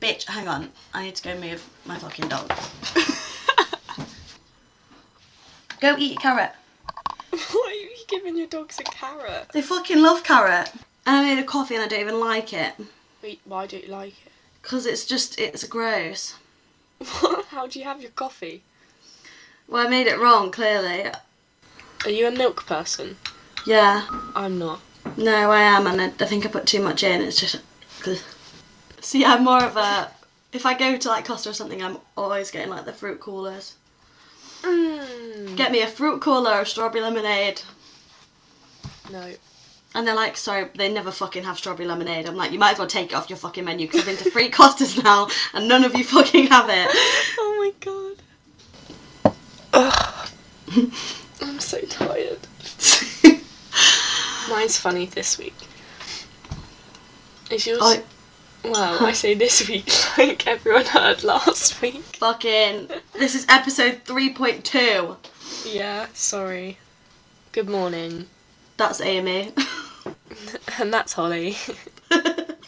Bitch, hang on. I need to go move my fucking dog. go eat a carrot. Why are you giving your dogs a carrot? They fucking love carrot. And I made a coffee and I don't even like it. Wait, Why don't you like it? Because it's just, it's gross. How do you have your coffee? Well, I made it wrong, clearly. Are you a milk person? Yeah. I'm not. No, I am, and I, I think I put too much in. It's just. See, I'm more of a. If I go to like Costa or something, I'm always getting like the fruit coolers. Mm. Get me a fruit cooler or strawberry lemonade. No. And they're like, sorry, they never fucking have strawberry lemonade. I'm like, you might as well take it off your fucking menu because I've been to three Costas now and none of you fucking have it. oh my god. Ugh. I'm so tired. Mine's funny this week. Is yours? I Well, I say this week like everyone heard last week. fucking. This is episode 3.2. Yeah, sorry. Good morning. That's Amy. And that's Holly.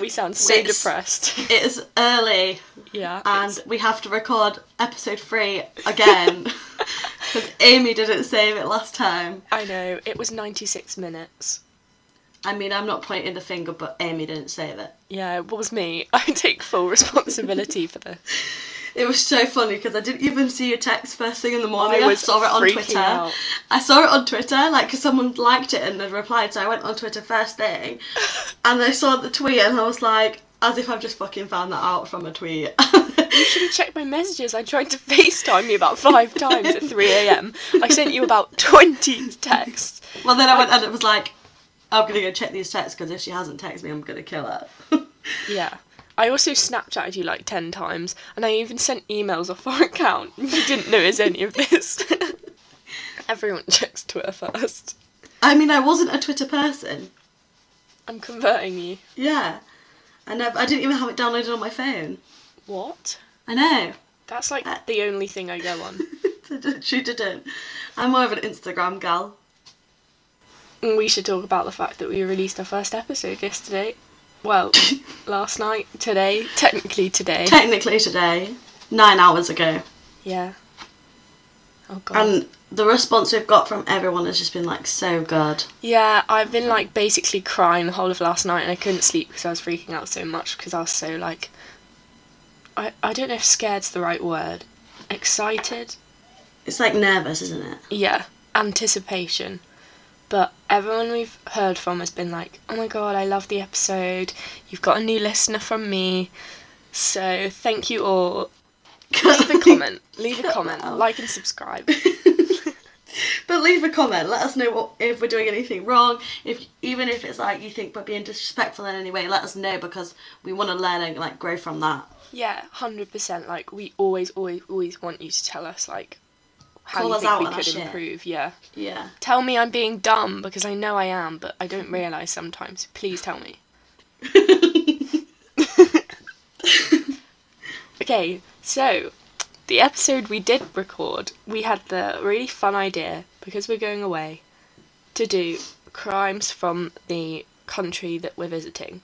We sound so Wait, s- depressed. It is early. yeah. and it's- we have to record episode three again because Amy didn't save it last time. I know, it was 96 minutes. I mean, I'm not pointing the finger, but Amy didn't save it. Yeah, it was me. I take full responsibility for this. It was so funny because I didn't even see your text first thing in the morning. I I, was saw it on freaking Twitter. out. I saw it on Twitter, like, because someone liked it and had replied, so I went on Twitter first thing and I saw the tweet and I was like, as if I've just fucking found that out from a tweet. You should have checked my messages. I tried to FaceTime you about five times at 3 a.m. I sent you about 20 texts. Well, then I went and it was like, I'm gonna go check these texts because if she hasn't texted me, I'm gonna kill her. Yeah. I also Snapchatted you like 10 times, and I even sent emails off our account. You didn't notice any of this. Everyone checks Twitter first. I mean, I wasn't a Twitter person. I'm converting you. Yeah. I never, I didn't even have it downloaded on my phone. What? I know. That's like the only thing I go on. she didn't. I'm more of an Instagram gal. We should talk about the fact that we released our first episode yesterday. Well, last night, today, technically today. Technically today, nine hours ago. yeah. Oh god. And the response we've got from everyone has just been like so good. yeah, I've been like basically crying the whole of last night, and I couldn't sleep because I was freaking out so much because I was so like. I I don't know if scared's the right word. Excited. It's like nervous, isn't it? yeah, anticipation. But everyone we've heard from has been like, oh my god, I love the episode. You've got a new listener from me. So thank you all. Leave a comment. Leave a comment. Oh. Like and subscribe. But leave a comment. Let us know what, if we're doing anything wrong. If even if it's like you think we're being disrespectful in any way, let us know because we want to learn and like grow from that. Yeah, 100%. Like, we always, always, always want you to tell us, like, how Call you us think out we on our could shit. improve. Yeah. Yeah. Tell me I'm being dumb because I know I am, but I Mm-hmm. don't realise sometimes. Please tell me. Okay, so the episode we did record, we had the really fun idea because we're going away to do crimes from the country that we're visiting.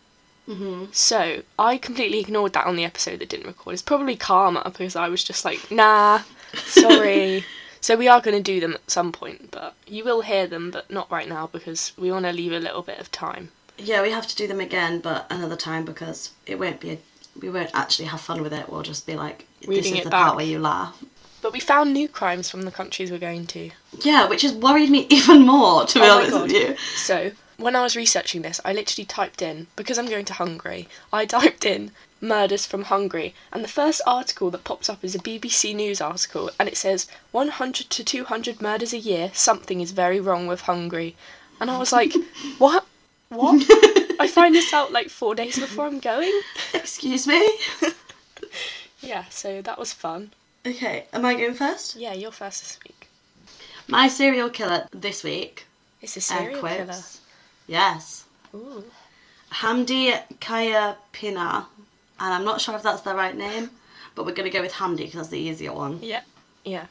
hmm So I completely ignored that on the episode that didn't record. It's probably karma because I was just like, nah, sorry. so we are going to do them at some point, but you will hear them, but not right now because we want to leave a little bit of time. Yeah, we have to do them again, but another time because it won't be. A, we won't actually have fun with it. We'll just be like, this Reading is it the back. part where you laugh. But we found new crimes from the countries we're going to. Yeah, which has worried me even more to be Oh my honest with God. you. So, when I was researching this, I literally typed in, because I'm going to Hungary, I typed in murders from Hungary, and the first article that pops up is a BBC News article, and it says 100 to 200 murders a year, something is very wrong with Hungary. And I was like, what? What? I find this out like four days before I'm going? Excuse me. Yeah, so that was fun. Okay, am I going first? Yeah, you're first this week. My serial killer this week. It's a air serial killer. quotes. Yes. Ooh. Hamdi Kaya Pina, and I'm not sure if that's the right name, but we're going to go with Hamdi because that's the easier one. Yeah. Yeah.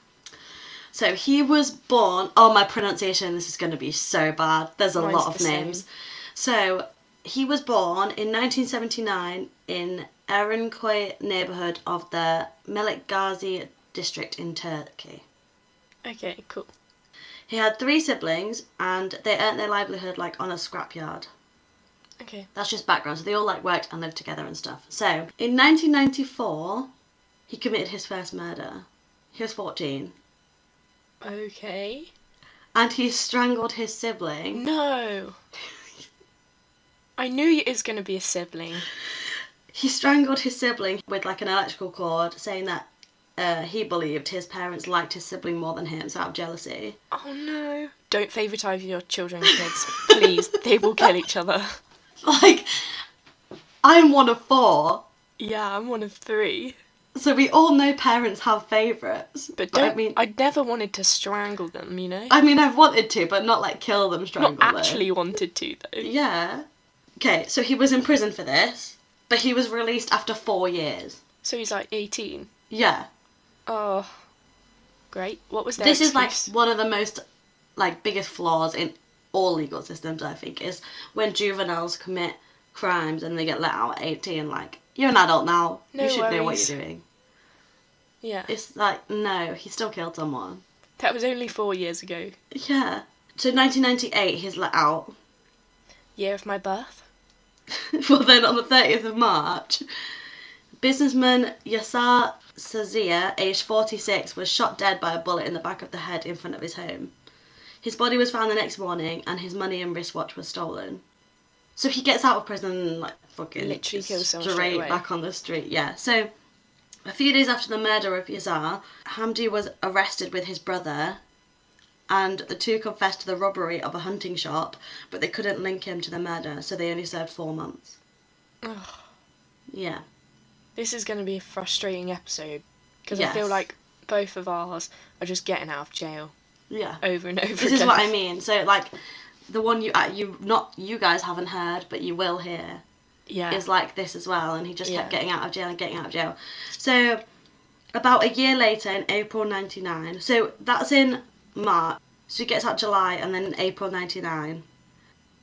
So he was born. Oh, my pronunciation. This is going to be so bad. There's a Mine's lot of the same. names. So he was born in 1979 in Erinköy neighborhood of the Melikgazi district in Turkey. Okay, cool. He had three siblings, and they earned their livelihood like on a scrapyard. Okay. That's just background. So they all like worked and lived together and stuff. So in 1994, he committed his first murder. He was 14, Okay. and he strangled his sibling. No. I knew it was going to be a sibling. He strangled his sibling with like an electrical cord, saying that uh, he believed his parents liked his sibling more than him, so out of jealousy. Oh no. Don't favourite your children, kids. Please. they will kill each other. Like, I'm one of four, Yeah, I'm one of three. so we all know parents have favourites. But I don't. I mean, I, I never wanted to strangle them, you know? mean, I've wanted to, but not like kill them, Not strangle them. actually wanted to, though. Yeah. Okay, so he was in prison for this, but he was released after four years. So he's like 18. Yeah. Oh. Great. What was their this is like excuse? one of the most like biggest flaws in all legal systems i think is when juveniles commit crimes and they get let out at 18 like you're an adult now No you should know what worries. you're doing Yeah. it's like no he still killed someone That was only four years ago. yeah so 1998 he's let out Year of my birth. well then on the 30th of march businessman yasar sazia aged 46 was shot dead by a bullet in the back of the head in front of his home his body was found the next morning and his money and wristwatch was stolen so he gets out of prison and like fucking Literally kills someone straight away. back on the street yeah so a few days after the murder of yazar hamdi was arrested with his brother and the two confessed to the robbery of a hunting shop, but they couldn't link him to the murder, so they only served four months. Ugh. Yeah. This is going to be a frustrating episode because I feel Yes. like both of ours are just getting out of jail Yeah. over and over This again. is what I mean. So like the one you uh, you not you guys haven't heard, but you will hear Yeah. is like this as well, and he just kept Yeah. getting out of jail and getting out of jail. So about a year later in April 99. So that's in March. So he gets out July and then in April 99.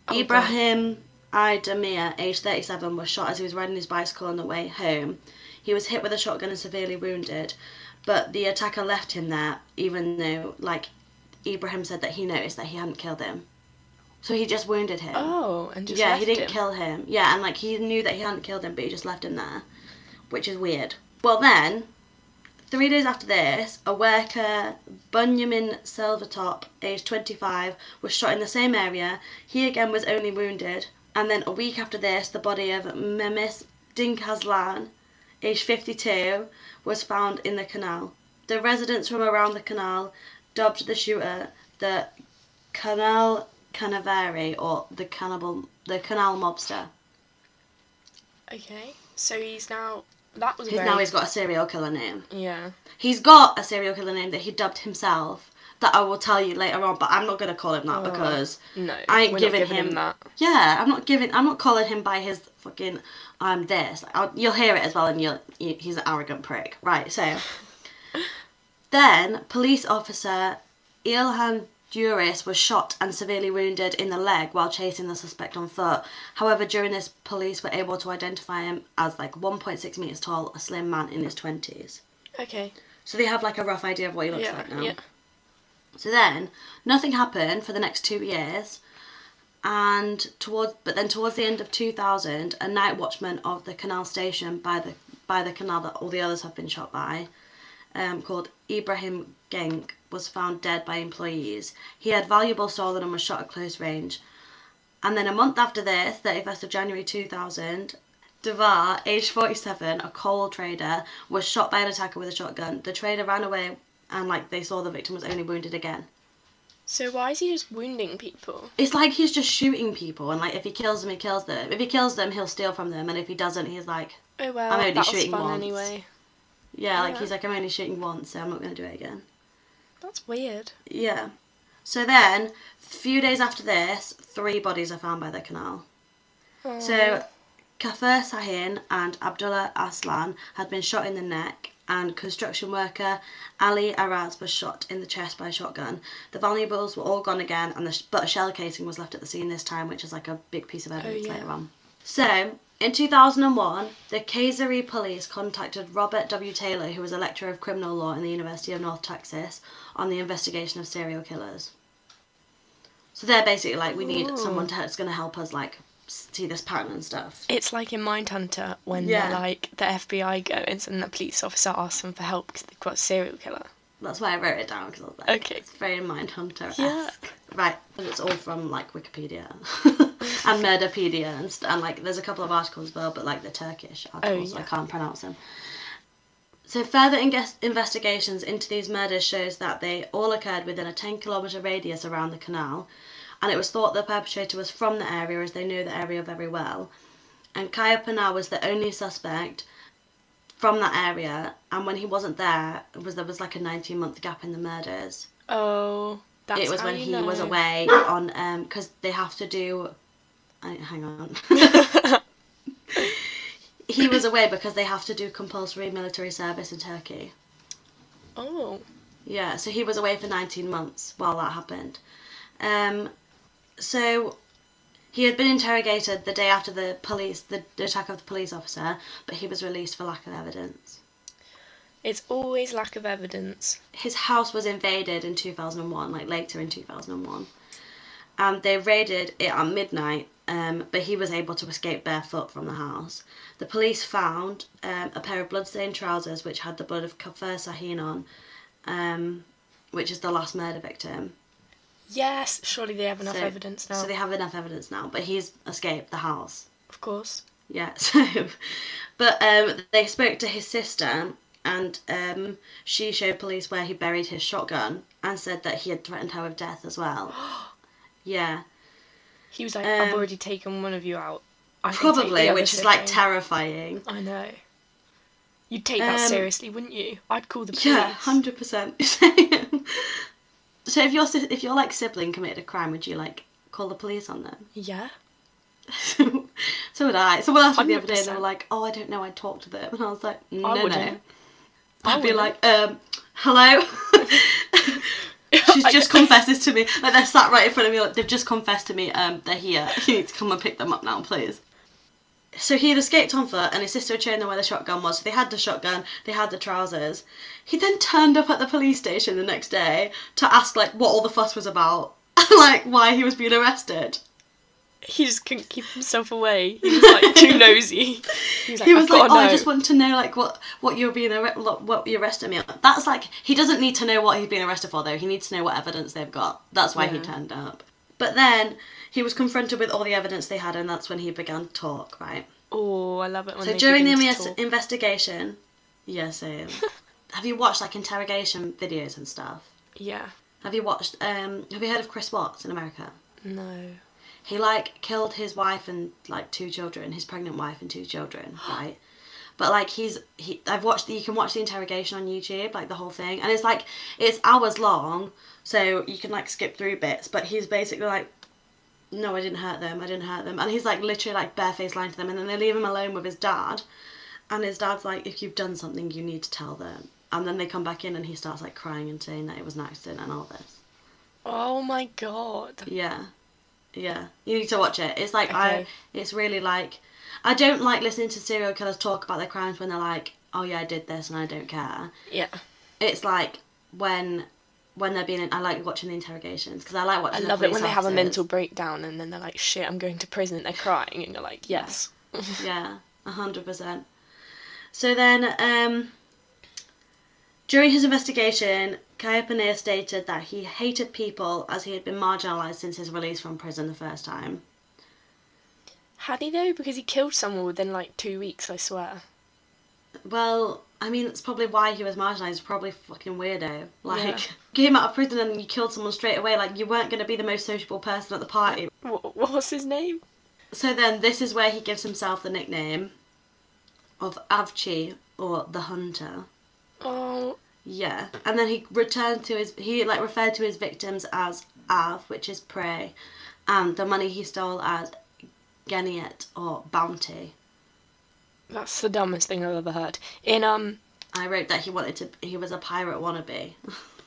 Oh, God. Ibrahim Idamir, aged 37, was shot as he was riding his bicycle on the way home. He was hit with a shotgun and severely wounded, but the attacker left him there, even though, like, Ibrahim said that he noticed that he hadn't killed him. So he just wounded him. Oh, and just yeah, left he didn't him. kill him. Yeah, and, like, he knew that he hadn't killed him, but he just left him there, which is weird. Well, then, Three days after this, a worker, Bunyamin Silvertop, aged 25, was shot in the same area. He again was only wounded. And then a week after this, the body of Memis Dinkaslan, aged 52, was found in the canal. The residents from around the canal dubbed the shooter the Canal Canaveri or the cannibal, the canal mobster. Okay. So he's now. That was He's very. now he's got a serial killer name. Yeah. He's got a serial killer name that he dubbed himself that I will tell you later on, but I'm not gonna call him that Oh. because No. I ain't we're giving, not giving him... him that. Yeah, I'm not giving. I'm not calling him by his fucking I'm this. I'll, you'll hear it as well, and you'll you, he's an arrogant prick, right? So then, police officer Ilhan Duris was shot and severely wounded in the leg while chasing the suspect on foot. However, during this, police were able to identify him as like 1.6 meters tall, a slim man in his 20s. Okay. So they have like a rough idea of what he looks Yeah. like now. Yeah. So then nothing happened for the next two years. And towards but then towards the end of 2000, a night watchman of the canal station by the by the canal that all the others have been shot by, um, called Ibrahim Genk, was found dead by employees. He had valuable stolen and was shot at close range. And then a month after this, 31st of January 2000, Devar, aged 47, a coal trader, was shot by an attacker with a shotgun. The trader ran away and like they saw the victim was only wounded again. So why is he just wounding people? It's like he's just shooting people and like if he kills them, he kills them. If he kills them, he'll steal from them and if he doesn't, he's like, Oh well. I'm only that was shooting fun once. anyway. yeah, like Yeah. he's like I'm only shooting once, so I'm not going to do it again. That's weird. Yeah. So then, few days after this, three bodies are found by the canal. Oh. So, Kafir Sahin and Abdullah Aslan had been shot in the neck and construction worker Ali Araz was shot in the chest by a shotgun. The valuables were all gone again, and the sh- but a shell casing was left at the scene this time, which is like a big piece of evidence yeah. later on. So, in 2001, the Kayseri police contacted Robert W. Taylor, who was a lecturer of criminal law in the University of North Texas, on the investigation of serial killers. So they're basically like, we need Ooh. someone to, that's going to help us like see this pattern and stuff. It's like in Mindhunter when Yeah. they're like the FBI goes and the police officer asks them for help because they've got a serial killer. That's why I wrote it down because I was like, Okay. it's very Mindhunter esque. Yeah. Right, and it's all from like Wikipedia and Murderpedia and, st- and like there's a couple of articles as well, but like the Turkish articles, I Oh, yeah. can't pronounce them. So further inges- investigations into these murders shows that they all occurred within a 10 kilometre radius around the canal, and it was thought the perpetrator was from the area as they knew the area very well. And Kaya Pinar was the only suspect from that area, and when he wasn't there, it was there was like a 19 month gap in the murders. Oh, that's it was how when you he know. was away on um because they have to do. I, hang on. he was away because they have to do compulsory military service in Turkey. Oh, Yeah, so he was away for 19 months while that happened. Um, so he had been interrogated the day after the police, the, the attack of the police officer, but he was released for lack of evidence. it's always lack of evidence. his house was invaded in 2001 like later in 2001 and they raided it at midnight um, but he was able to escape barefoot from the house the police found um, a pair of bloodstained trousers which had the blood of kafir sahin on um, which is the last murder victim Yes, surely they have enough So- evidence now. so they have enough evidence now but he's escaped the house Of course. yeah so but um they spoke to his sister and um she showed police where he buried his shotgun and said that he had threatened her with death as well yeah He was like, Um, I've already taken one of you out. I can take the probably other which is like sibling." terrifying I know. You'd take that Um, seriously, wouldn't you? I'd call the police. yeah 100% so if your si- if your like sibling committed a crime would you like call the police on them Yeah. so would i someone asked me the other day and they 100%. were like oh i don't know i talked to them and i was like no no wouldn't. I'd I be wouldn't. like, um, hello. She's just confesses to me. Like they're sat right in front of me. Like they've just confessed to me. Um, they're here. You need to come and pick them up now, please. So he had escaped on foot, and his sister had shown them where the shotgun was. So they had the shotgun. They had the trousers. He then turned up at the police station the next day to ask like what all the fuss was about, like why he was being arrested. He just couldn't keep himself away. He was like too nosy. He was like, He was I've like, gotta "Oh, I know." just want to know like what what you're being arre- lo- what you arrested me." on. That's like he doesn't need to know what he's been arrested for though. He needs to know what evidence they've got. That's why he Yeah. turned up. But then he was confronted with all the evidence they had, and that's when he began to talk. Right. Oh, I love it when so they during the begin to invest- talk. investigation, yeah, same. have you watched like interrogation videos and stuff? Yeah. Have you watched? um Have you heard of Chris Watts in America? No. He like killed his wife and like two children, his pregnant wife and two children, right? But like he's he, I've watched the, you can watch the interrogation on YouTube, like the whole thing, and it's like it's hours long, so you can like skip through bits. But he's basically like, no, I didn't hurt them, I didn't hurt them, and he's like literally like barefaced lying to them, and then they leave him alone with his dad, and his dad's like, if you've done something, you need to tell them, and then they come back in and he starts like crying and saying that it was an accident and all this. Oh my god. Yeah, yeah. You need to watch it. It's like I. Okay. It's really like I don't like listening to serial killers talk about their crimes when they're like, "Oh yeah, I did this and I don't care." Yeah. It's like when when they're being. I like watching the interrogations because I like I watching. the love it police when they have a officers. mental breakdown and then they're like, shit, I'm going to prison. They're crying and you're like, yes. yeah, a hundred percent. So then, um, during his investigation, Kayapanir stated that he hated people as he had been marginalised since his release from prison the first time. Had he though? Because he killed someone within like two weeks, I swear. Well, I mean, that's probably why he was marginalised. Probably fucking weirdo. Like, Yeah. you came out of prison and you killed someone straight away. Like, you weren't going to be the most sociable person at the party. What, what was his name? So then, this is where he gives himself the nickname of Avchi or the Hunter. Oh, Yeah, and then he returned to his. He like referred to his victims as Av, which is prey, and the money he stole as Geniet or bounty. that's the dumbest thing I've ever heard. In um I wrote that he wanted to. He was a pirate wannabe.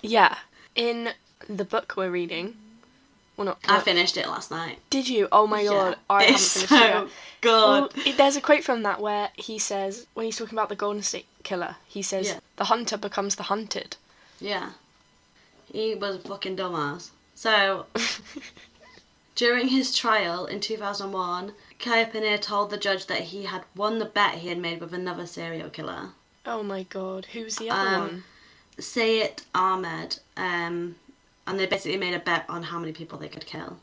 Yeah. In the book we're reading, well, not. uh, I finished it last night. Did you? Oh my god, Yeah. Oh, I haven't it's finished so it. yet. good. Well, it- there's a quote from that where he says, when he's talking about the Golden State Killer, he says, Yeah. "The hunter becomes the hunted." Yeah. He was a fucking dumbass. So, during his trial in 2001, Kaya Paneer told the judge that he had won the bet he had made with another serial killer, Oh my god, who's the other Um, one? Sayed Ahmed, um, and they basically made a bet on how many people they could kill.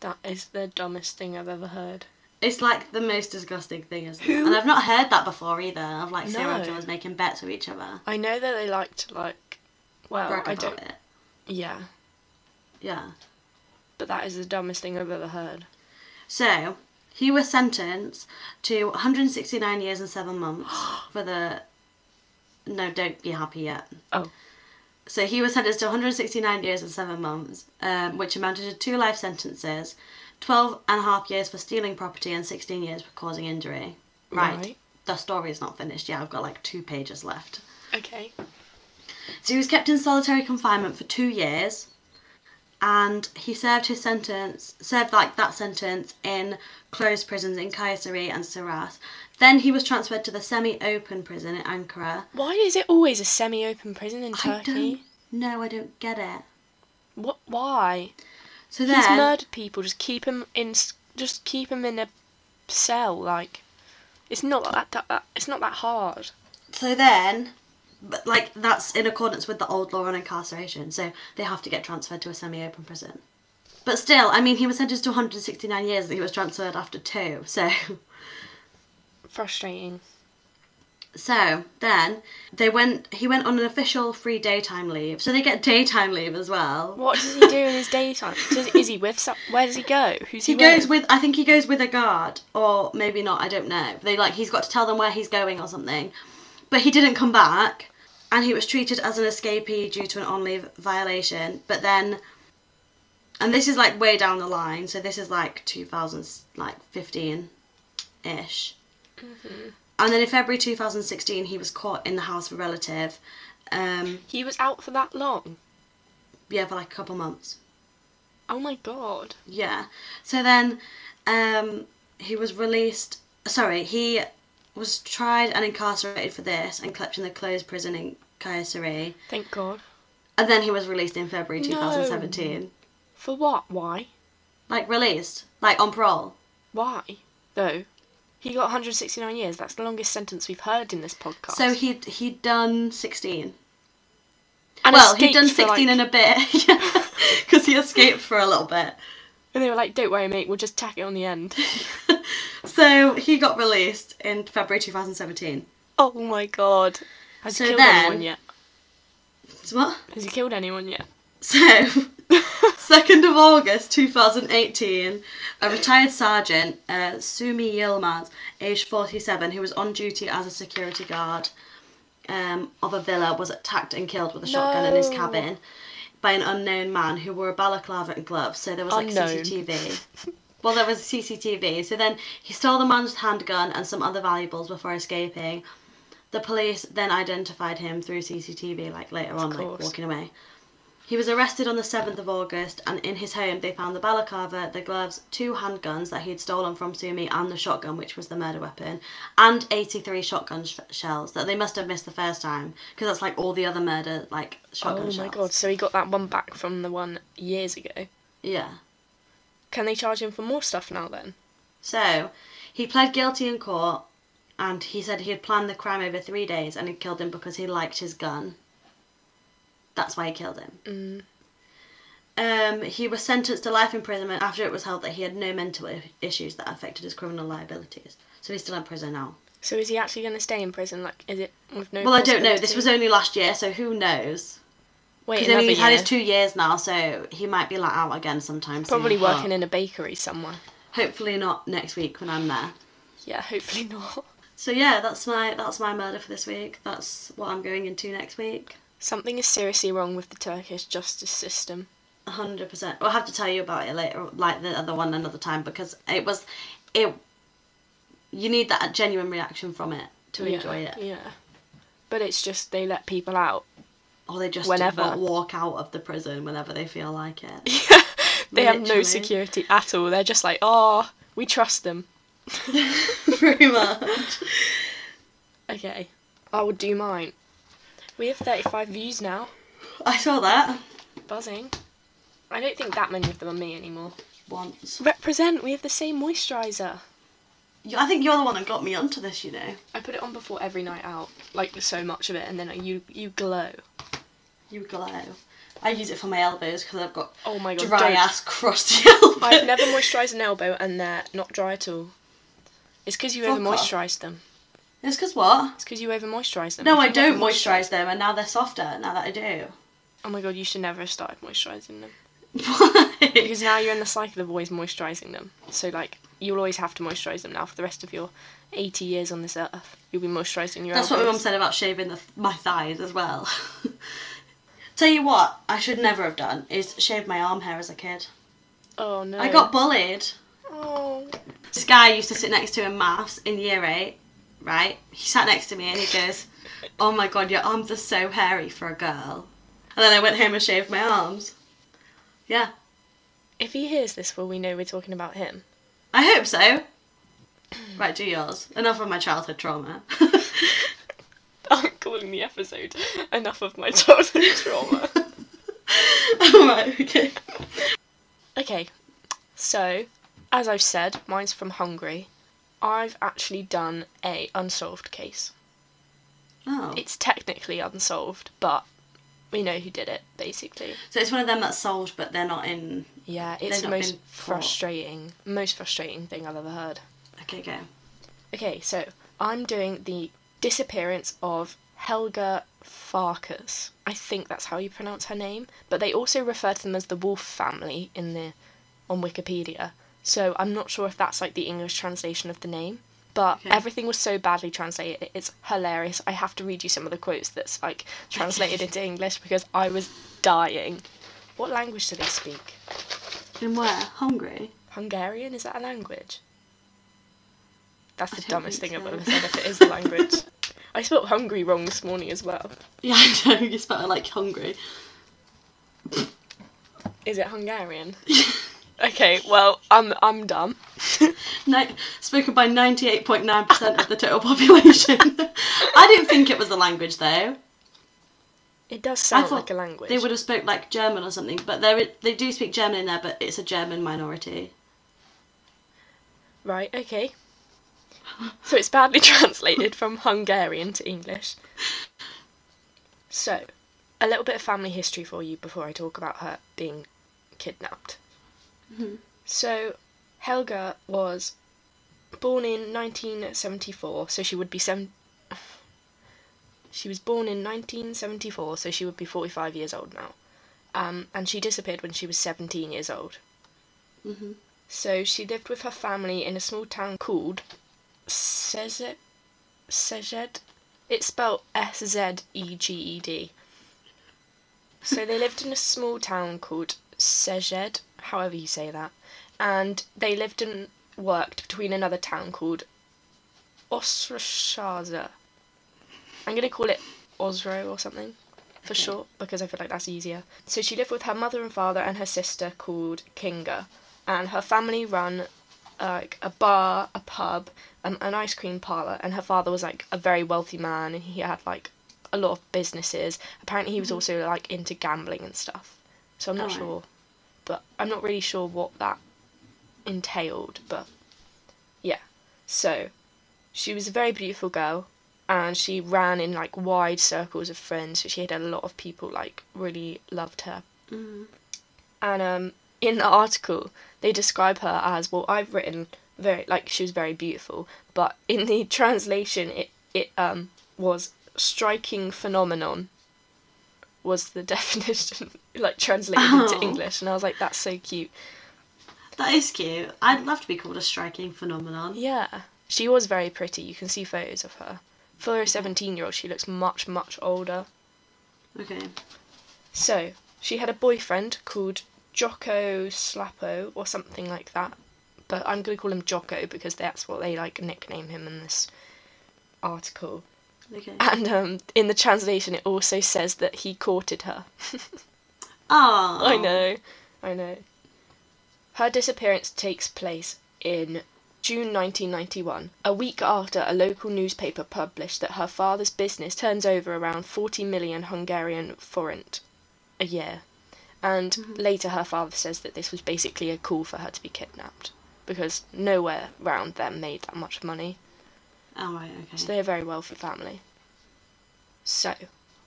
That is the dumbest thing I've ever heard. It's like the most disgusting thing, isn't it? Who- And I've not heard that before either, of like serial No. killers making bets with each other. I know that they like to like, well, Brag Oh, I about don't. it. Yeah, Yeah. but that is the dumbest thing I've ever heard. So he was sentenced to 169 years and seven months for the. No, don't be happy yet. Oh. So he was sentenced to 169 years and seven months, um, which amounted to two life sentences, 12 and a half years for stealing property and 16 years for causing injury. Right. Right. The story is not finished yet. I've got like two pages left. Okay. So he was kept in solitary confinement for two years, and he served his sentence, served like that sentence in closed prisons in Kayseri and Saras. Then he was transferred to the semi-open prison in Ankara. Why is it always a semi-open prison in I don't Turkey? know. I don't get it. What? Why? So He's then, murdered people. Just keep him in. s- Just keep him in a cell. Like, it's not that. that, that it's not that hard. so then, but like that's in accordance with the old law on incarceration. So they have to get transferred to a semi-open prison. But still, I mean, he was sentenced to 169 years. and He was transferred after two. So. Frustrating. So then they went. He went on an official free daytime leave. So they get daytime leave as well. What does he do in his daytime? Does, is he with? Some, where does he go? Who's he, He goes with? with. I think he goes with a guard, or maybe not. I don't know. They like he's got to tell them where he's going or something. But he didn't come back, and he was treated as an escapee due to an on leave violation. But then, and this is like way down the line. So this is like 2000, like 15 ish. And then in February 2016, he was caught in the house of a relative. Um, He was out for that long. yeah, for like a couple months. Oh my god. Yeah. So then, um, he was released. Sorry, he was tried and incarcerated for this and kept in the closed prison in Kayseri. Thank God. And then he was released in February No. 2017. For what? Why? Like released, like on parole. Why? Though. He got 169 years. That's the longest sentence we've heard in this podcast. So he he'd done 16. And well, he'd escaped done for, 16 like- and a bit. Yeah. Because he escaped for a little bit. and they were like, "Don't worry, mate. We'll just tack it on the end." So he got released in February 2017. oh my god. Has So he killed then- anyone yet? So what? Has he killed anyone yet? So, Oh 2nd of August 2018, a retired sergeant, uh, Sumi Yilmaz, aged 47, who was on duty as a security guard um, of a villa, was attacked and killed with a shotgun in his No. cabin by an unknown man who wore a balaclava and gloves. So there was like Unknown. CCTV. Well, there was CCTV. So then he stole the man's handgun and some other valuables before escaping. The police then identified him through CCTV, like later on, like course. walking away. He was arrested on the 7th of August, and in his home they found the balaclava, the gloves, two handguns that he had stolen from Sumi, and the shotgun, which was the murder weapon, and 83 shotgun sh- shells that they must have missed the first time, because that's like all the other murder, like shotgun oh shells. my god. So he got that one back from the one years ago. Yeah. Can they charge him for more stuff now then? So, he pled guilty in court, and he said he had planned the crime over three days and had killed him because he liked his gun. That's why he killed him. Mm. Um, he was sentenced to life imprisonment after it was held that he had no mental i- issues that affected his criminal liabilities. So he's still in prison now. So is he actually going to stay in prison? Like, is it with no? well, I don't know. This possibility? was only last year, so who knows? Wait, Because I another mean, he's year. had his two years now, so he might be let out again sometime soon. Probably but working in a bakery somewhere. Hopefully not next week when I'm there. Yeah, hopefully not. So yeah, that's my that's my murder for this week. That's what I'm going into next week. Something is seriously wrong with the Turkish justice system. hundred percent. I'll have to tell you about it later, like the other one another time, because it was, it. You need that genuine reaction from it to Yeah, enjoy it. Yeah. but it's just they let people out. Or they just Whenever. wa- walk out of the prison whenever they feel like it. They have no Literally. security at all. They're just like, oh, we trust them. Pretty much. Okay, I would do mine. We have 35 views now. I saw that Buzzing. I don't think that many of them are me anymore. once. Represent, we have the same moisturiser. You- I think you're the one that got me onto this, you know. I put it on before every night out, like so much of it, and then I, you you glow. You glow. I use it for my elbows because I've got Oh my god, dry don't. ass crusty elbows. I've never moisturised an elbow and they're not dry at all. It's because you Fuck over moisturised them. It's because what? It's because you over moisturised them. No, If I you don't never moisturise- moisturise them, and now they're softer. Now that I do. Oh my god, you should never have started moisturising them. Why? Because now you're in the cycle of always moisturising them. So, like, you'll always have to moisturise them now for the rest of your 80 years on this earth. You'll be moisturising your That's what my elbows. mum said about shaving the, my thighs as well. Tell you what, I should never have done is shave my arm hair as a kid. Oh no. I got bullied. Oh. This guy I used to sit next to in maths in year eight, right? He sat next to me and he goes, "Oh my god, your arms are so hairy for a girl." And then I went home and shaved my arms. Yeah, If he hears this, will we know we're talking about him? I hope so. Right, do yours. Enough of my childhood trauma. I'm calling the episode Enough of My Childhood Trauma. Alright, okay. Okay, so as I've said, mine's from Hungary. I've actually done a unsolved case. Oh. It's technically unsolved, but we know who did it, basically. So it's one of them that's sold, but they're not in. Yeah, it's the not most been caught. frustrating, most frustrating thing I've ever heard. Okay, go. Okay, so I'm doing the disappearance of Helga Farkas. I think that's how you pronounce her name, but they also refer to them as the Wolf family in the on Wikipedia. So I'm not sure if that's like the English translation of the name, but Okay. everything was so badly translated. It's hilarious. I have to read you some of the quotes that's like translated into English because I was dying. What language do they speak? In where? Hungary. Hungarian? Is that a language? That's the don't dumbest think thing I've so. ever said if it is a language. I spelled hungry wrong this morning as well. Yeah, I know. You spell it like Hungary. Is it Hungarian? Okay, well, I'm I'm dumb. Ni- spoken by 98.9% of the total population. I didn't think it was a language though. it does I sound thought like a language. They would have spoke like German or something, but there i- they do speak German in there, but it's a German minority. Right, okay. So it's badly translated from Hungarian to English. So, a little bit of family history for you before I talk about her being kidnapped. So, Helga was born in 1974, so she would be seven. She was born in 1974, so she would be 45 years old now. Um, and she disappeared when she was 17 years old. hmm So she lived with her family in a small town called Szeged. Szeged? It's spelled S Z E G E D. So they lived in a small town called Szeged, however you say that, and they lived and worked between another town called Osrashaza. I'm gonna call it Osro or something for short because I feel like that's easier. So she lived with her mother and father and her sister called Kinga, and her family run uh, like a bar, a pub, um, an ice cream parlor, and her father was like a very wealthy man, and he had like a lot of businesses. Apparently, he was also like into gambling and stuff. So I'm not Alright. sure, but I'm not really sure what that entailed. But yeah, so she was a very beautiful girl, and she ran in like wide circles of friends. So she had a lot of people like really loved her. And um, in the article, they describe her as well. I've written very like she was very beautiful, but in the translation, it it um was striking phenomenon. Was the definition like translated into Oh. English? And I was like, that's so cute. That is cute. I'd love to be called a striking phenomenon. Yeah, she was very pretty. You can see photos of her. For a 17 year old, she looks much, much older. Okay. So, she had a boyfriend called Jocko Slappo or something like that. But I'm going to call him Jocko because that's what they like nickname him in this article. Okay. And um, in the translation, it also says that he courted her. Oh. I know, I know. Her disappearance takes place in June 1991, a week after a local newspaper published that her father's business turns over around 40 million Hungarian forint a year. And later, her father says that this was basically a call for her to be kidnapped because nowhere round them made that much money. Oh, right, So okay. they're a very wealthy family. So,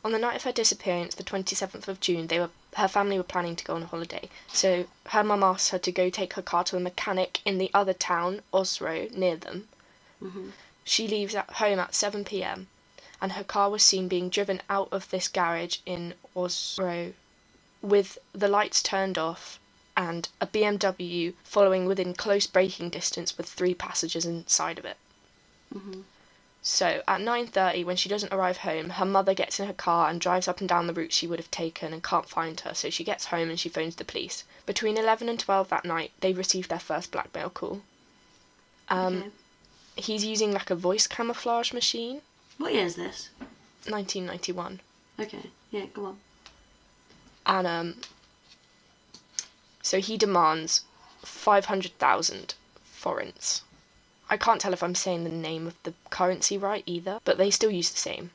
on the night of her disappearance, the 27th of June, they were her family were planning to go on a holiday. So her mum asked her to go take her car to a mechanic in the other town, Osro, near them. Mhm. She leaves at home at 7 p.m. and her car was seen being driven out of this garage in Osro with the lights turned off and a BMW following within close braking distance with three passengers inside of it. Mhm. So at 9:30 when she doesn't arrive home, her mother gets in her car and drives up and down the route she would have taken and can't find her. So she gets home and she phones the police. Between 11 and 12 that night, they receive their first blackmail call. Um, okay. he's using like a voice camouflage machine, What year is this? 1991. Okay. Yeah, go on. And um so he demands 500,000 forints. I can't tell if I'm saying the name of the currency right either, but they still use the same.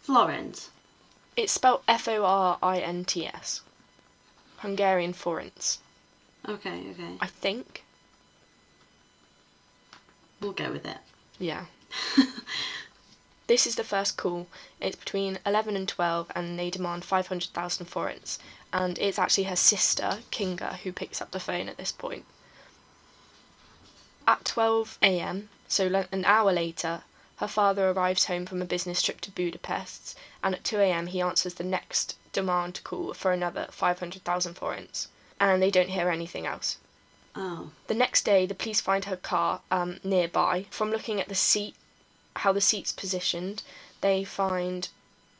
Florence. It's spelled F O R I N T S. Hungarian forints, Okay, okay. I think. We'll go with it. Yeah. This is the first call. It's between 11 and 12, and they demand 500,000 forints. And it's actually her sister, Kinga, who picks up the phone at this point. At 12 am, so le- an hour later, her father arrives home from a business trip to Budapest, and at 2 am, he answers the next demand call for another 500,000 forints. And they don't hear anything else. oh. The next day, the police find her car um, nearby. From looking at the seat, how the seat's positioned, they find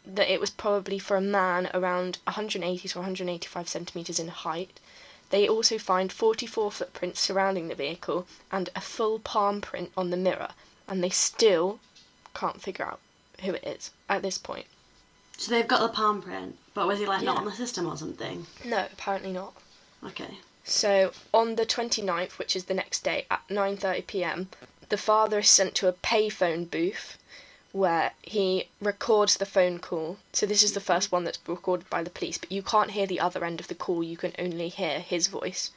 that it was probably for a man around 180 to 185 centimetres in height. They also find 44 footprints surrounding the vehicle and a full palm print on the mirror, and they still can't figure out who it is at this point. So they've got the palm print, but was he like not Yeah. on the system or something? No, apparently not. Okay. So on the 29th, which is the next day at 9:30 p.m., the father is sent to a payphone booth where he records the phone call. So this is the first one that's recorded by the police, but you can't hear the other end of the call, you can only hear his voice.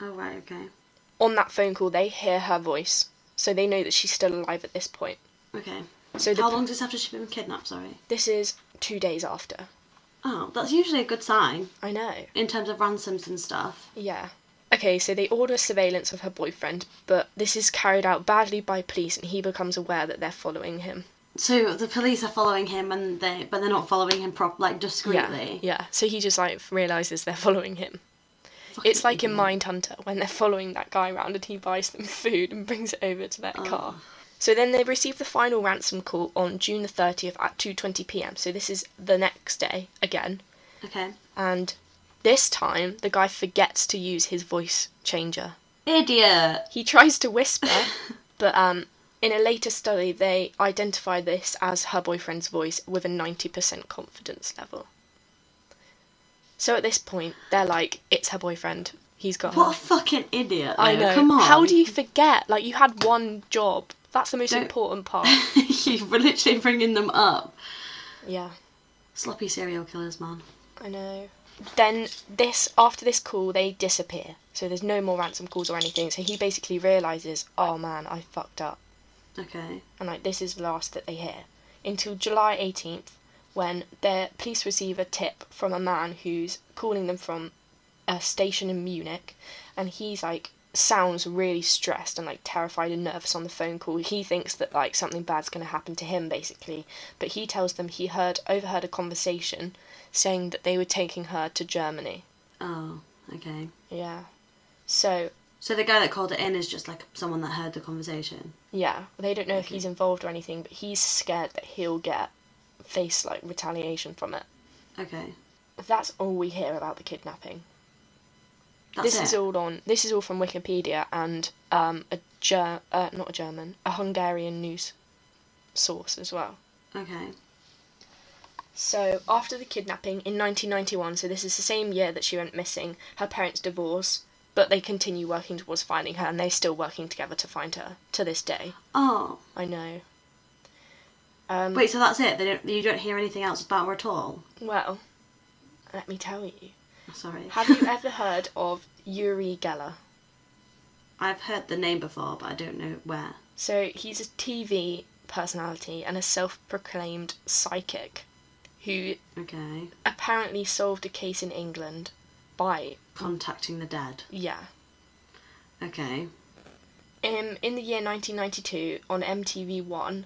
Oh, right, okay. On that phone call, they hear her voice, so they know that she's still alive at this point. Okay. So the, How long's this after she's been kidnapped, sorry? this is 2 days after. Oh, that's usually a good sign I know. in terms of ransoms and stuff. Yeah. Okay, so they order surveillance of her boyfriend, but this is carried out badly by police and he becomes aware that they're following him. So the police are following him, and they but they're not following him prop like discreetly. Yeah, yeah. So he just like realizes they're following him. Fucking It's like in idiot. Mindhunter when they're following that guy around and he buys them food and brings it over to their Oh. car. So then they receive the final ransom call on June the 30th at 2:20 p.m. So this is the next day again, Okay. and this time the guy forgets to use his voice changer. Idiot. He tries to whisper, but um in a later study they identify this as her boyfriend's voice with a 90% confidence level. So at this point they're like it's her boyfriend. He's got What a her. fucking idiot. Oh. I though. know. Come on. How do you forget? Like you had one job. That's the most Don't- important part. you were literally bringing them up. yeah. Sloppy serial killers, man. I know. Then this after this call they disappear. So there's no more ransom calls or anything. So he basically realizes, "Oh man, I fucked up." Okay. and like this is the last that they hear until July 18th when the police receive a tip from a man who's calling them from a station in Munich and he's like sounds really stressed and like terrified and nervous on the phone call he thinks that like something bad's going to happen to him basically but he tells them he heard overheard a conversation saying that they were taking her to Germany Oh. Okay. yeah so So the guy that called it in is just like someone that heard the conversation. Yeah, they don't know if he's involved or anything, but he's scared that he'll get face like retaliation from it. Okay. That's all we hear about the kidnapping. That's this it. is all on. This is all from Wikipedia and um, a ger- uh, not a German, a Hungarian news source as well. Okay. So, after the kidnapping in 1991, so this is the same year that she went missing, her parents divorce, but they continue working towards finding her and they're still working together to find her to this day. Oh. I know. Um, Wait, so that's it? They don't, you don't hear anything else about her at all? Well, let me tell you. Sorry. Have you ever heard of Yuri Geller? I've heard the name before, but I don't know where. So he's a TV personality and a self-proclaimed psychic who Okay. apparently solved a case in England by Contacting the dead. yeah. Okay. Um, in the year 1992 on MTV1,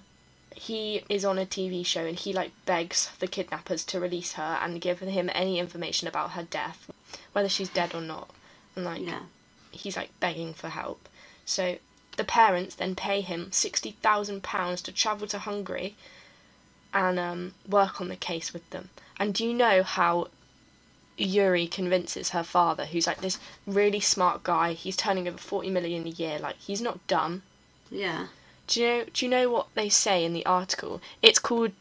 he is on a TV show and he like begs the kidnappers to release her and give him any information about her death, whether she's dead or not. And like Yeah. he's like begging for help. So the parents then pay him sixty thousand pounds to travel to Hungary and um, work on the case with them. And do you know how Yuri convinces her father, who's like this really smart guy? He's turning over forty million a year. Like he's not dumb. Yeah. Do you know? Do you know what they say in the article? It's called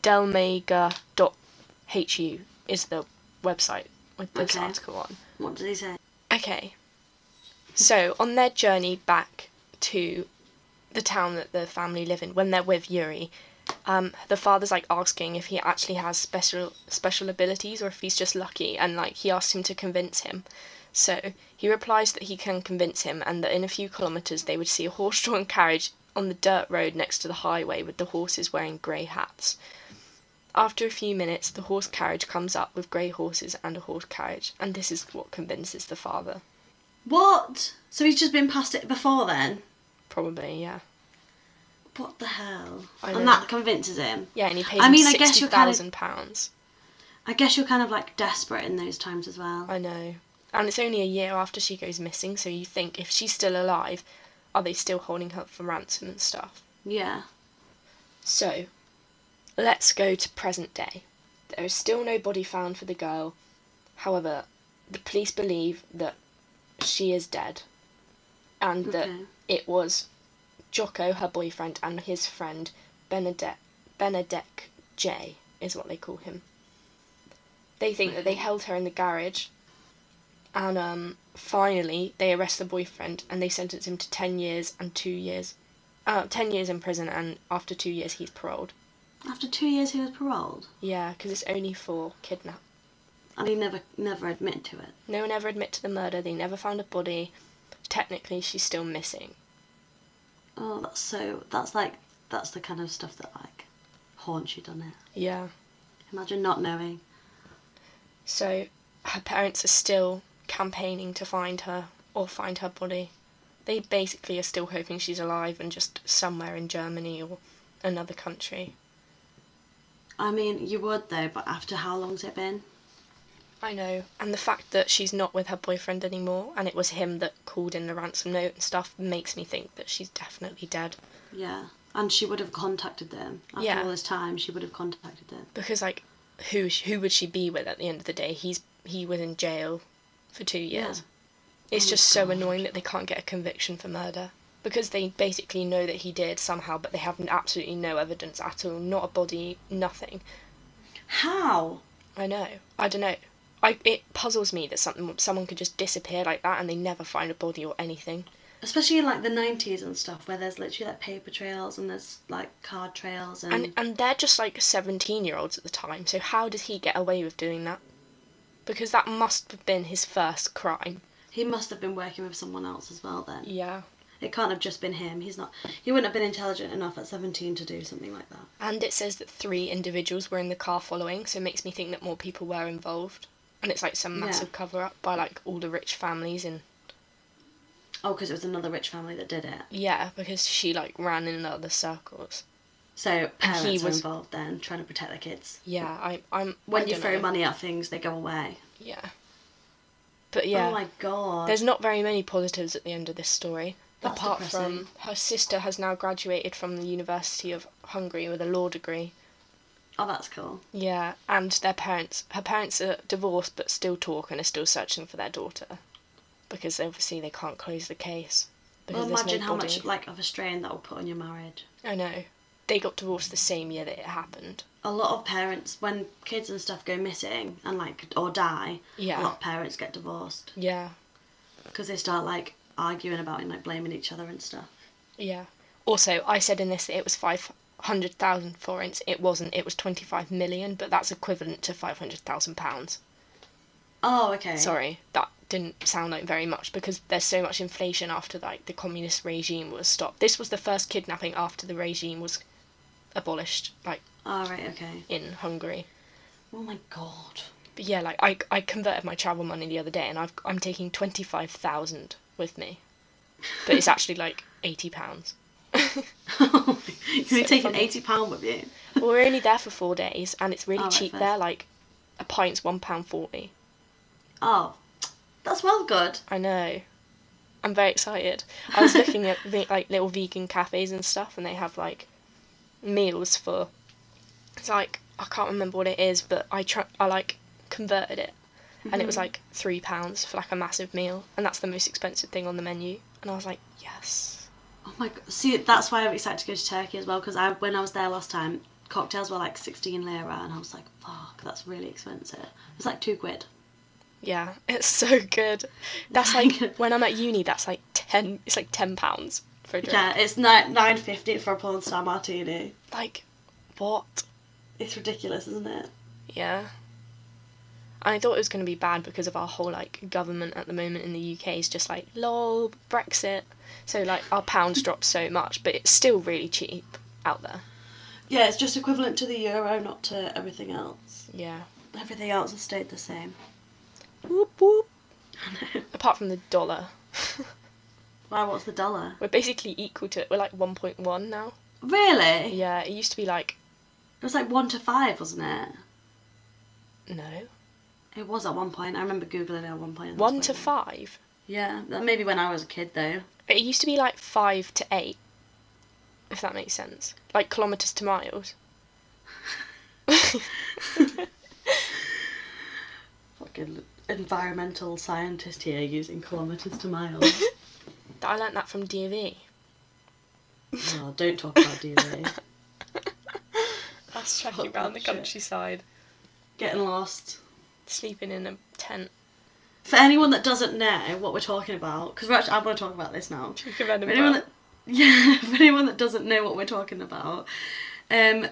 Delmega.hu is the website with this Okay. article on. What did he say? Okay. So, on their journey back to the town that the family live in, when they're with Yuri, um, the father's like asking if he actually has special special abilities or if he's just lucky, and like he asks him to convince him. So he replies that he can convince him, and that in a few kilometers they would see a horse-drawn carriage on the dirt road next to the highway with the horses wearing grey hats. After a few minutes, the horse carriage comes up with grey horses and a horse carriage, and this is what convinces the father. What? So he's just been past it before then? Probably, yeah. What the hell? I and know. that convinces him. Yeah, and he paid I him mean, I guess sixty you're kind of- thousand pounds. I guess you're kind of like desperate in those times as well. I know. And it's only a year after she goes missing, so you think if she's still alive, are they still holding her for ransom and stuff? Yeah. So, let's go to present day. There is still no body found for the girl. However, the police believe that she is dead and that Okay. it was Jocko, her boyfriend, and his friend Benedek Benedek J is what they call him. They think that they held her in the garage and um, finally they arrest the boyfriend and they sentence him to 10 years and 2 years uh, 10 years in prison and after 2 years he's paroled. After two years, he was paroled, Yeah, because it's only for kidnap. and he never never admitted to it. No one ever admit to the murder, they never found a body. Technically she's still missing. Oh, that's so. That's like that's the kind of stuff that like haunts you, doesn't it? Yeah. Imagine not knowing. So her parents are still campaigning to find her or find her body. They basically are still hoping she's alive and just somewhere in Germany or another country. I mean, you would though, but after how long's it been? I know. And the fact that she's not with her boyfriend anymore and it was him that called in the ransom note and stuff makes me think that she's definitely dead. Yeah, and she would have contacted them after Yeah. all this time. She would have contacted them. Because like who is- who would she be with at the end of the day? He's he was in jail for 2 years. It's Oh, just so God. annoying that they can't get a conviction for murder because they basically know that he did somehow, but they have absolutely no evidence at all, not a body, nothing. How? I know. I don't know. I, it puzzles me that something someone could just disappear like that and they never find a body or anything. Especially in like the nineties and stuff, where there's literally like paper trails and there's like card trails and, And and they're just like 17 year olds at the time, so how does he get away with doing that? Because that must have been his first crime. he must have been working with someone else as well. Then Yeah. it can't have just been him. He's not. He wouldn't have been intelligent enough at seventeen to do something like that. And it says that three individuals were in the car following, so it makes me think that more people were involved. And it's like some Yeah. massive cover up by like all the rich families and Oh, because it was another rich family that did it. yeah, because she like ran in other circles. So parents he were was- involved then, trying to protect their kids. Yeah, I, I'm. I When you don't throw know. money at things, they go away. Yeah. But yeah, Oh my god. there's not very many positives at the end of this story. That's apart depressing. from her sister has now graduated from the University of Hungary with a law degree. Oh, that's cool. Yeah, and their parents, her parents are divorced but still talk and are still searching for their daughter because obviously they can't close the case. Well, there's imagine no how body. much like of a strain that will put on your marriage. I know. they got divorced the same year that it happened. a lot of parents when kids and stuff go missing and like or die Yeah. a lot of parents get divorced Yeah. because they start like arguing about it and like blaming each other and stuff Yeah. Also, I said in this that it was 500,000 forints. It wasn't. It was 25 million, but that's equivalent to 500,000 pounds. oh okay Sorry, that didn't sound like very much because there's so much inflation after like the communist regime was stopped. This was the first kidnapping after the regime was abolished like all right okay in Hungary. oh my god But yeah, like I I converted my travel money the other day and I've I'm taking 25,000 with me. But it's actually like 80 pounds. you're So taking funny. 80 pound with you Well, we're only there for four days, and it's really Oh, right, cheap fair. there. Like, a pint's one pound forty. oh that's well good I know. I'm very excited. I was looking at ve- like little vegan cafes and stuff, and they have like meals for. It's like I can't remember what it is, but I try. I like converted it, and it was like three pounds for like a massive meal, and that's the most expensive thing on the menu. And I was like, yes. oh my god see that's why i'm excited to go to turkey as well because i when i was there last time cocktails were like 16 lira and i was like fuck that's really expensive it's like two quid Yeah, it's so good. That's like when I'm at uni. That's like ten. It's like ten pounds for a drink. yeah it's nine 9.50 for a porn star martini Like, what? it's ridiculous isn't it Yeah. I thought it was going to be bad because of our whole like government at the moment in the UK is just like lol Brexit. So like our pounds dropped so much, but it's still really cheap out there. Yeah, it's just equivalent to the euro, not to everything else. Yeah. Everything else has stayed the same. Whoop whoop. Apart from the dollar, Why? What's the dollar? we're basically equal to it. We're like 1.1 now. Really? Yeah, it used to be like It was like one to five, wasn't it? no It was at one point. I remember googling it at one point. one to That's when- five. Yeah, that maybe when I was a kid though. It used to be like five to eight. If that makes sense, like kilometers to miles. Fucking environmental scientist here using kilometres to miles. I learnt that from E. DV. oh, don't talk about DV. Us Fuck trekking round the that shit. countryside, Getting lost. sleeping in a tent, For anyone that doesn't know what we're talking about, because we're actually, I'm going to talk about this now. drinking venom For anyone breath. that, yeah, for anyone that doesn't know what we're talking about, um,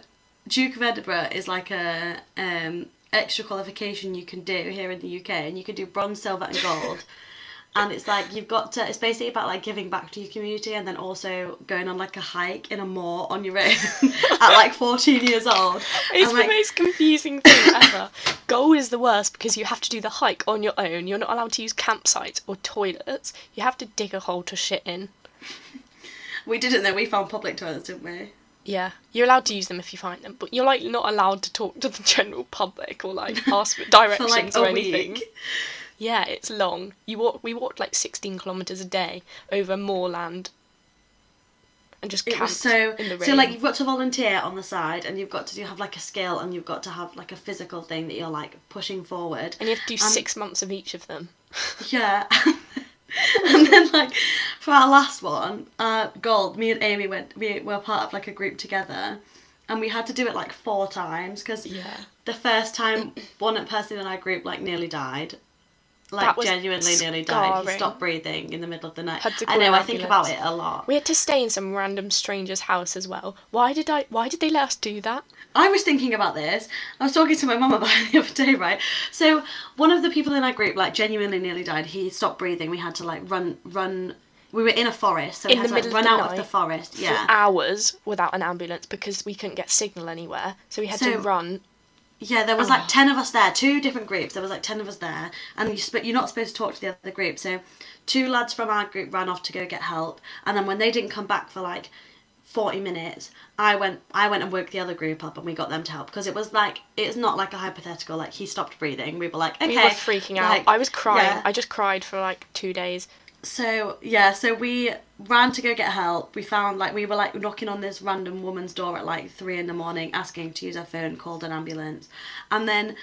Duke of Edinburgh is like a um, extra qualification you can do here in the UK, and you can do bronze, silver, and gold. and it's like you've got to. It's basically about like giving back to your community, and then also going on like a hike in a moor on your own at like 14 years old. It's I'm the like- most confusing thing ever. Gold is the worst because you have to do the hike on your own. You're not allowed to use campsites or toilets. You have to dig a hole to shit in. We didn't though. We found public toilets, didn't we? Yeah, you're allowed to use them if you find them, but you're like not allowed to talk to the general public or like ask for For directions like or a anything. week. Yeah, it's long. You walk. We walked like 16 kilometers a day over moorland, and just It camped was so in the rain. so like you've got to volunteer on the side and you've got to do have like a skill and you've got to have like a physical thing that you're like pushing forward. and you have to do Um, six months of each of them. Yeah. and then like for our last one, uh gold, me and Amy went we were part of like a group together and we had to do it like four times because Yeah. the first time one person in our group like nearly died. That Like was genuinely nearly died. He scarring. stopped breathing in the middle of the night. Had to I call know, an I think about it ambulance. a lot. We had to stay in some random stranger's house as well. Why did I? Why did they let us do that? I was thinking about this. I was talking to my mum about it the other day, right? So one of the people in our group, like, genuinely nearly died. He stopped breathing. We had to like run, run. We were in a forest, so we In the had to like, middle run of the out of the night. forest. For Yeah, hours without an ambulance because we couldn't get signal anywhere, so we had to So- run. yeah. There Oh. was like ten of us there, two different groups. There was like ten of us there, and you sp- you're not supposed to talk to the other group. So two lads from our group ran off to go get help, and then when they didn't come back for like. 40 minutes i went i went and woke the other group up and we got them to help because it was like it's not like a hypothetical like he stopped breathing we were like okay We were freaking out. like, I was crying. yeah. I just cried for like two days. So yeah, so we ran to go get help. We found like we were like knocking on this random woman's door at like three in the morning, asking to use her phone, called an ambulance, and then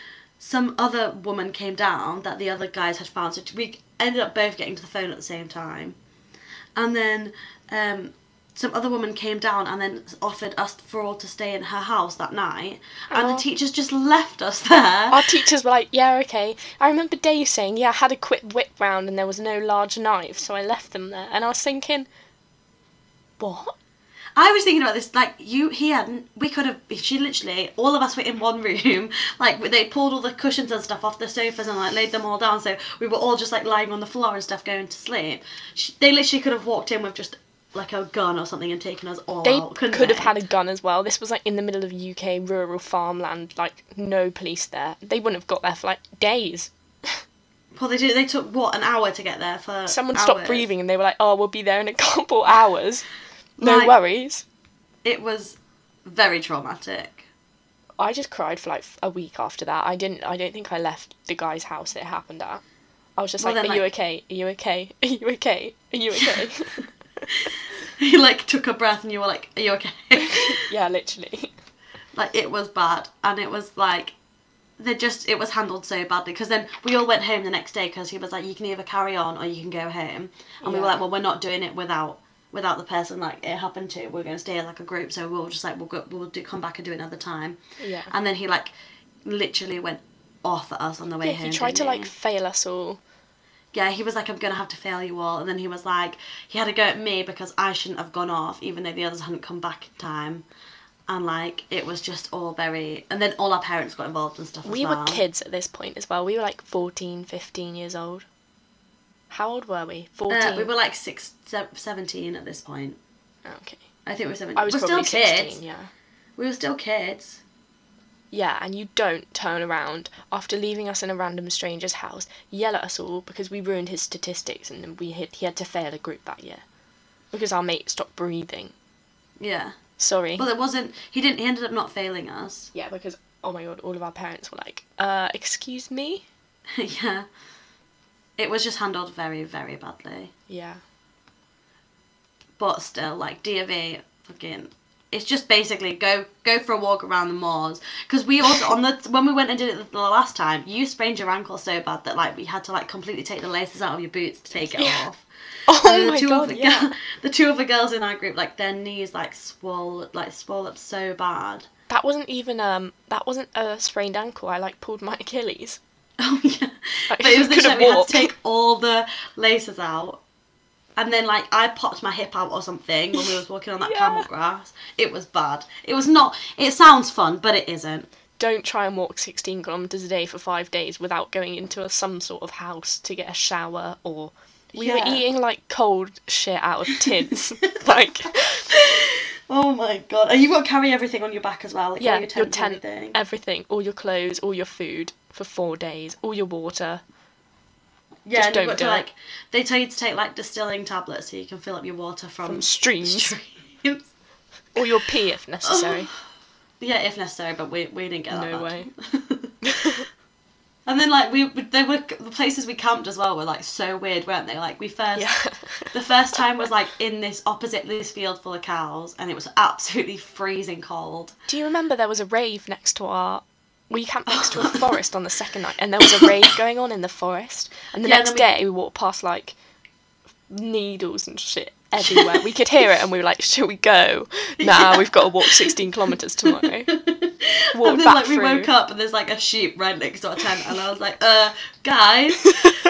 some other woman came down that the other guys had found. So we ended up both getting to the phone at the same time, and then um, some other woman came down and then offered us for all to stay in her house that night, and Aw. the teachers just left us there. Our teachers were like, yeah, okay. I remember Dave saying, yeah, I had a quick whip round and there was no large knife, so I left them there. And I was thinking, what? I was thinking about this, like you, he had, we could have. She literally, all of us were in one room. Like they pulled all the cushions and stuff off the sofas and like laid them all down, so we were all just like lying on the floor and stuff, going to sleep. She, they literally could have walked in with just like a gun or something and taken us all They out. couldn't could have they? had a gun as well. This was like in the middle of UK rural farmland, like no police there. They wouldn't have got there for like days. Well, they did. They took what an hour to get there for. Someone stopped hours. breathing and they were like, oh, we'll be there in a couple hours. No Like- worries. It was very traumatic. I just cried for like a week after that. I didn't. I don't think I left the guy's house that it happened at. I was just Well, like, then, "Are you like- okay? Are you okay? Are you okay? Are you okay?" he like took a breath and you were like, "Are you okay?" yeah, literally. like it was bad and it was like they just it was handled so badly because then we all went home the next day because he was like you can either carry on or you can go home and we were Yeah. like well we're not doing it without without the person like it happened to we're going to stay as like a group so we'll just like we'll go we'll do come back and do it another time Yeah. and then he like literally went off at us on the way yeah, home he tried to didn't like he? fail us all. yeah he was like i'm gonna have to fail you all and then he was like he had a go at me because i shouldn't have gone off even though the others hadn't come back in time and like it was just all very and then all our parents got involved and stuff as We were well. kids at this point as well. We were like 14, 15 years old. How old were we? 14. uh, we were like six, se- 17 at this point Oh, okay. i think we were 17 I was we're still probably 16, kids yeah. we were still kids Yeah, and you don't turn around after leaving us in a random stranger's house, yell at us all because we ruined his statistics and then we had, he had to fail a group that year because our mate stopped breathing. yeah Sorry. but it wasn't he didn't he ended up not failing us yeah, because oh my god, all of our parents were like, "Uh, excuse me." yeah it was just handled very very badly Yeah. but still like D of A fucking it's just basically go go for a walk around the moors because we also on the when we went and did it the last time you sprained your ankle so bad that like we had to like completely take the laces out of your boots to take it Yeah. off Oh And my god. the, yeah. girl- the two of the girls in our group like their knees like swole like swole up so bad That wasn't even um that wasn't a sprained ankle. I like pulled my Achilles. oh yeah Like, but it was couldn't literally like, we had walk. to take all the laces out and then like I popped my hip out or something when we was walking on that Yeah. camel grass. It was bad. It was not. It sounds fun, but it isn't. Don't try and walk 16 kilometers a day for 5 days without going into a, some sort of house to get a shower or we Yeah. were eating like cold shit out of tins. like Oh my god! And you've got to carry everything on your back as well. Like yeah, all your tent, your tent, Uh, and everything. everything, all your clothes, all your food for 4 days, all your water. yeah, just and you've don't got to do it. like. They tell you to take like distilling tablets so you can fill up your water from, From streams. streams. Or your pee if necessary. yeah, if necessary, but we we didn't get that. No bad. and then like we they were the places we camped as well were like so weird, weren't they? Like we first yeah. The first time was like in this opposite loose field full of cows, and it was absolutely freezing cold. Do you remember there was a rave next to our. We camped next to a forest on the second night, and there was a rave going on in the forest. And the Yeah, next then day, we walked past like needles and shit everywhere. we could hear it, and we were like, "Should we go? Nah, we've got to walk 16 kilometers tomorrow." and Walked then back like we through. woke up and there's like a sheep right next to our tent, and I was like, uh, guys.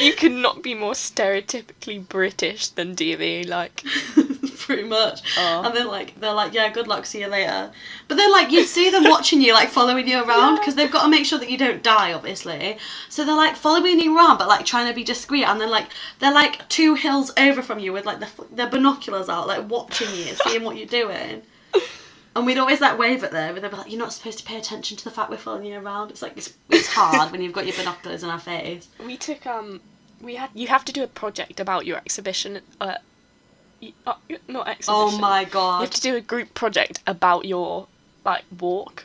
you could not be more stereotypically British than DV. Like, pretty much. Aw. And then like they're like, yeah, good luck, see you later. But then like you see them watching you, like following you around, because they've got to make sure that you don't die, obviously. So they're like following you around, but like trying to be discreet. And then like they're like two hills over from you with like the, f- their binoculars out, like watching you, seeing what you're doing. And we'd always like wave at them, and they'd be like, "You're not supposed to pay attention to the fact we're following you around." It's like it's, it's hard when you've got your binoculars in our face. we took um we had you have to do a project about your exhibition uh, y- uh not exhibition Oh my you god! have to do a group project about your like walk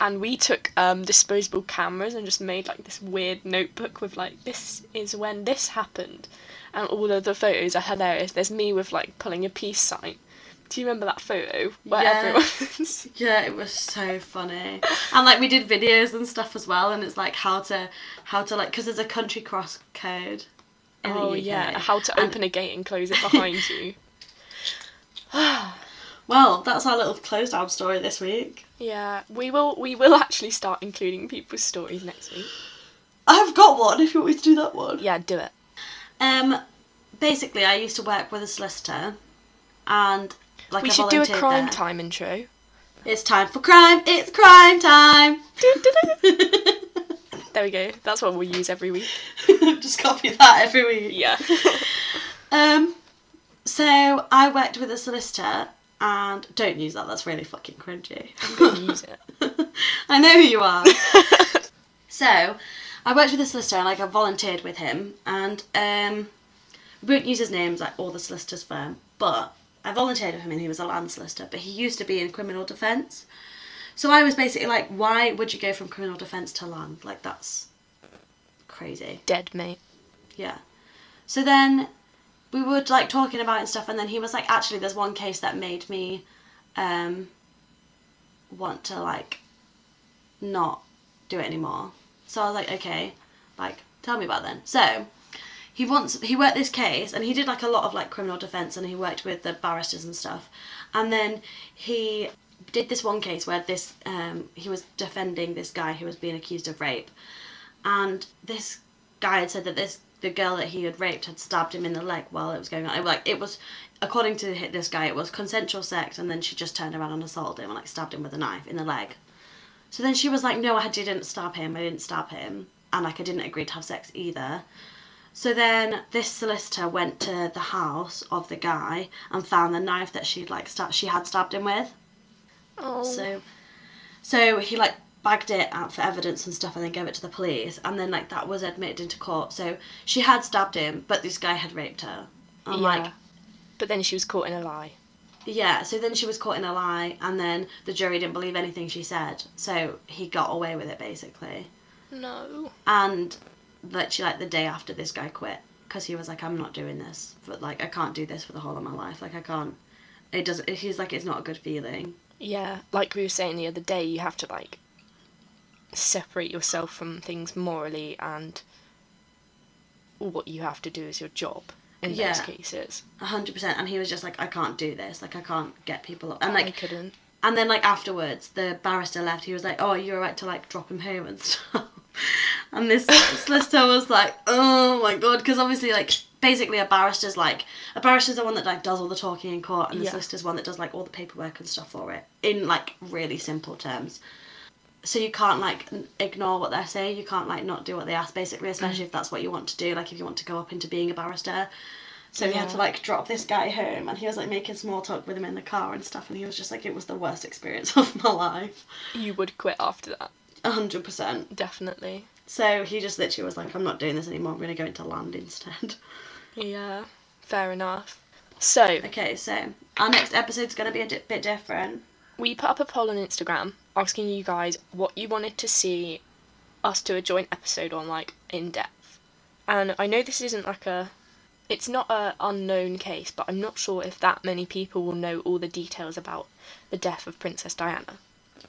and we took um, disposable cameras and just made like this weird notebook with like this is when this happened and all of the photos are hilarious there's me with like pulling a peace sign do you remember that photo where Yeah. everyone's Yeah, it was so funny, and like we did videos and stuff as well, and it's like how to how to like because there's a country cross code in oh the UK. yeah, how to And- open a gate and close it behind you. Well, that's our little close down story this week. Yeah, we will. We will actually start including people's stories next week. I've got one if you want me to do that one. Yeah, do it. Um, basically, I used to work with a solicitor, and like we I should do a volunteered crime there. time intro. It's time for crime. It's crime time. There we go. That's what we'll use every week. Just copy that every week. Yeah. Um, so I worked with a solicitor, and don't use that. That's really fucking cringy. use it. I know who you are. so, I worked with a solicitor, like I volunteered with him, and um, we won't use his names like all the solicitors' firm, but I volunteered with him, and he was a land solicitor, but he used to be in criminal defence. So I was basically like, why would you go from criminal defence to land? Like that's crazy. Dead mate. Yeah. So then we would like talking about it and stuff, and then he was like, actually, there's one case that made me um, want to like not do it anymore. So I was like, okay, like tell me about it then. So he wants he worked this case and he did like a lot of like criminal defense and he worked with the barristers and stuff and then he did this one case where this um, he was defending this guy who was being accused of rape and this guy had said that this the girl that he had raped had stabbed him in the leg while it was going on. It, like it was, according to hi- this guy, it was consensual sex, and then she just turned around and assaulted him and like stabbed him with a knife in the leg. So then she was like, "No, I didn't stab him. I didn't stab him, and like I didn't agree to have sex either." So then this solicitor went to the house of the guy and found the knife that she'd like sta- she had stabbed him with. Oh. So, so he like bagged it out for evidence and stuff, and then gave it to the police, and then like that was admitted into court. So she had stabbed him, but this guy had raped her. And like, But then she was caught in a lie. yeah. So then she was caught in a lie, and then the jury didn't believe anything she said. So he got away with it basically, No. and literally like the day after this guy quit because he was like, I'm not doing this, but like I can't do this for the whole of my life. Like I can't. It doesn't. He's like, it's not a good feeling. Yeah, like we were saying the other day, you have to like separate yourself from things morally and what you have to do is your job in those Yeah. cases. hundred percent. And he was just like, I can't do this. Like, I can't get people up. And I like, couldn't. and then like afterwards, the barrister left. He was like, Oh, you're right to like drop him home and stuff. and this solicitor was like, Oh my god, because obviously like basically a barrister's like a barrister's the one that like does all the talking in court, and the Yeah. solicitor's one that does like all the paperwork and stuff for it in like really simple terms. So you can't like n- ignore what they're saying. You can't like not do what they ask, Mm. basically, especially if that's what you want to do. Like if you want to go up into being a barrister, so he had to Yeah. like drop this guy home and he was like making small talk with him in the car and stuff and he was just like it was the worst experience of my life. You would quit after that, a 100%. definitely. So he just literally was like I'm not doing this anymore. I'm going to go into land instead. Yeah, fair enough. So, Okay, so our next episode's going to be a di- bit different. we put up a poll on Instagram asking you guys what you wanted to see us do a joint episode on, like in depth. And I know this isn't like a, it's not a unknown case, but I'm not sure if that many people will know all the details about the death of Princess Diana.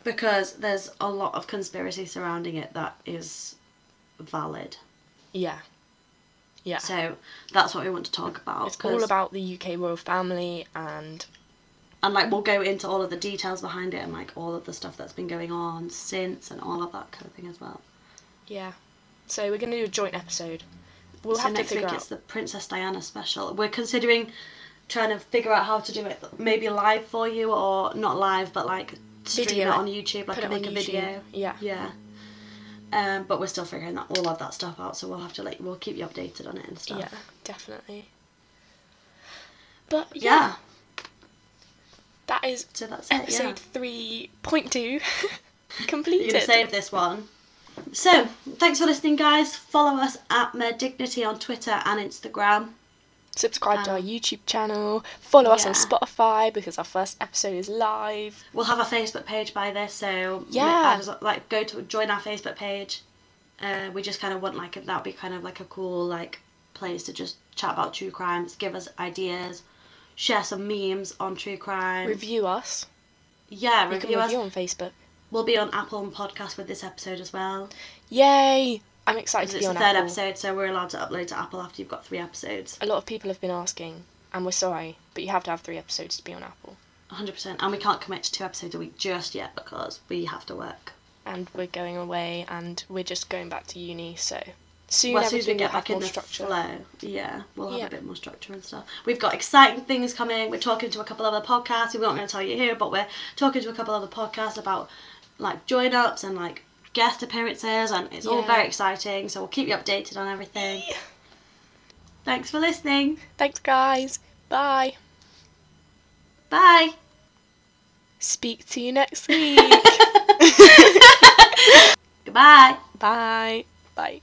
because there's a lot of conspiracy surrounding it that is valid. Yeah, yeah. So that's what we want to talk about. it's 'cause- all about the UK royal family and and like we'll go into all of the details behind it and like all of the stuff that's been going on since and all of that kind of thing as well. yeah. So we're gonna do a joint episode. We'll so have to next figure week out. it's the Princess Diana special. We're considering trying to figure out how to do it maybe live for you or not live but like stream Video it it. on YouTube, like Put it make on a video. YouTube. Yeah. Yeah. Um, but we're still figuring that all of that stuff out, so we'll have to like we'll keep you updated on it and stuff. Yeah, definitely. But Yeah. yeah, that is So that's it. Yeah. episode three point two You're gonna completed. save this one. So thanks for listening, guys. Follow us at Med Dignity on Twitter and Instagram. Subscribe to our Um, YouTube channel. Follow us on yeah. Spotify because our first episode is live. We'll have a Facebook page by this, so Yeah. add us- like go to join our Facebook page. Uh, we just kind of want like that would be kind of like a cool like place to just chat about true crimes, give us ideas, share some memes on true crime. Review us. yeah, You review, can us. review on Facebook. We'll be on Apple and Podcast with this episode as well. Yay! I'm excited Because to it's be the on third Apple. episode, so we're allowed to upload to Apple after you've got three episodes. A lot of people have been asking, and we're sorry, but you have to have three episodes to be on Apple. 100%. And we can't commit to two episodes a week just yet because we have to work. And we're going away, and we're just going back to uni, so soon well, as soon as we everything get will back have in more the structure. flow, yeah, we'll have Yeah. a bit more structure and stuff. We've got exciting things coming. We're talking to a couple other podcasts. We're not going to tell you here, but we're talking to a couple other podcasts about like join ups and like guest appearances, and it's all Yeah. very exciting. So we'll keep you updated on everything. Thanks for listening. Thanks, guys. Bye. Bye. Speak to you next week. Goodbye. Bye. Bye.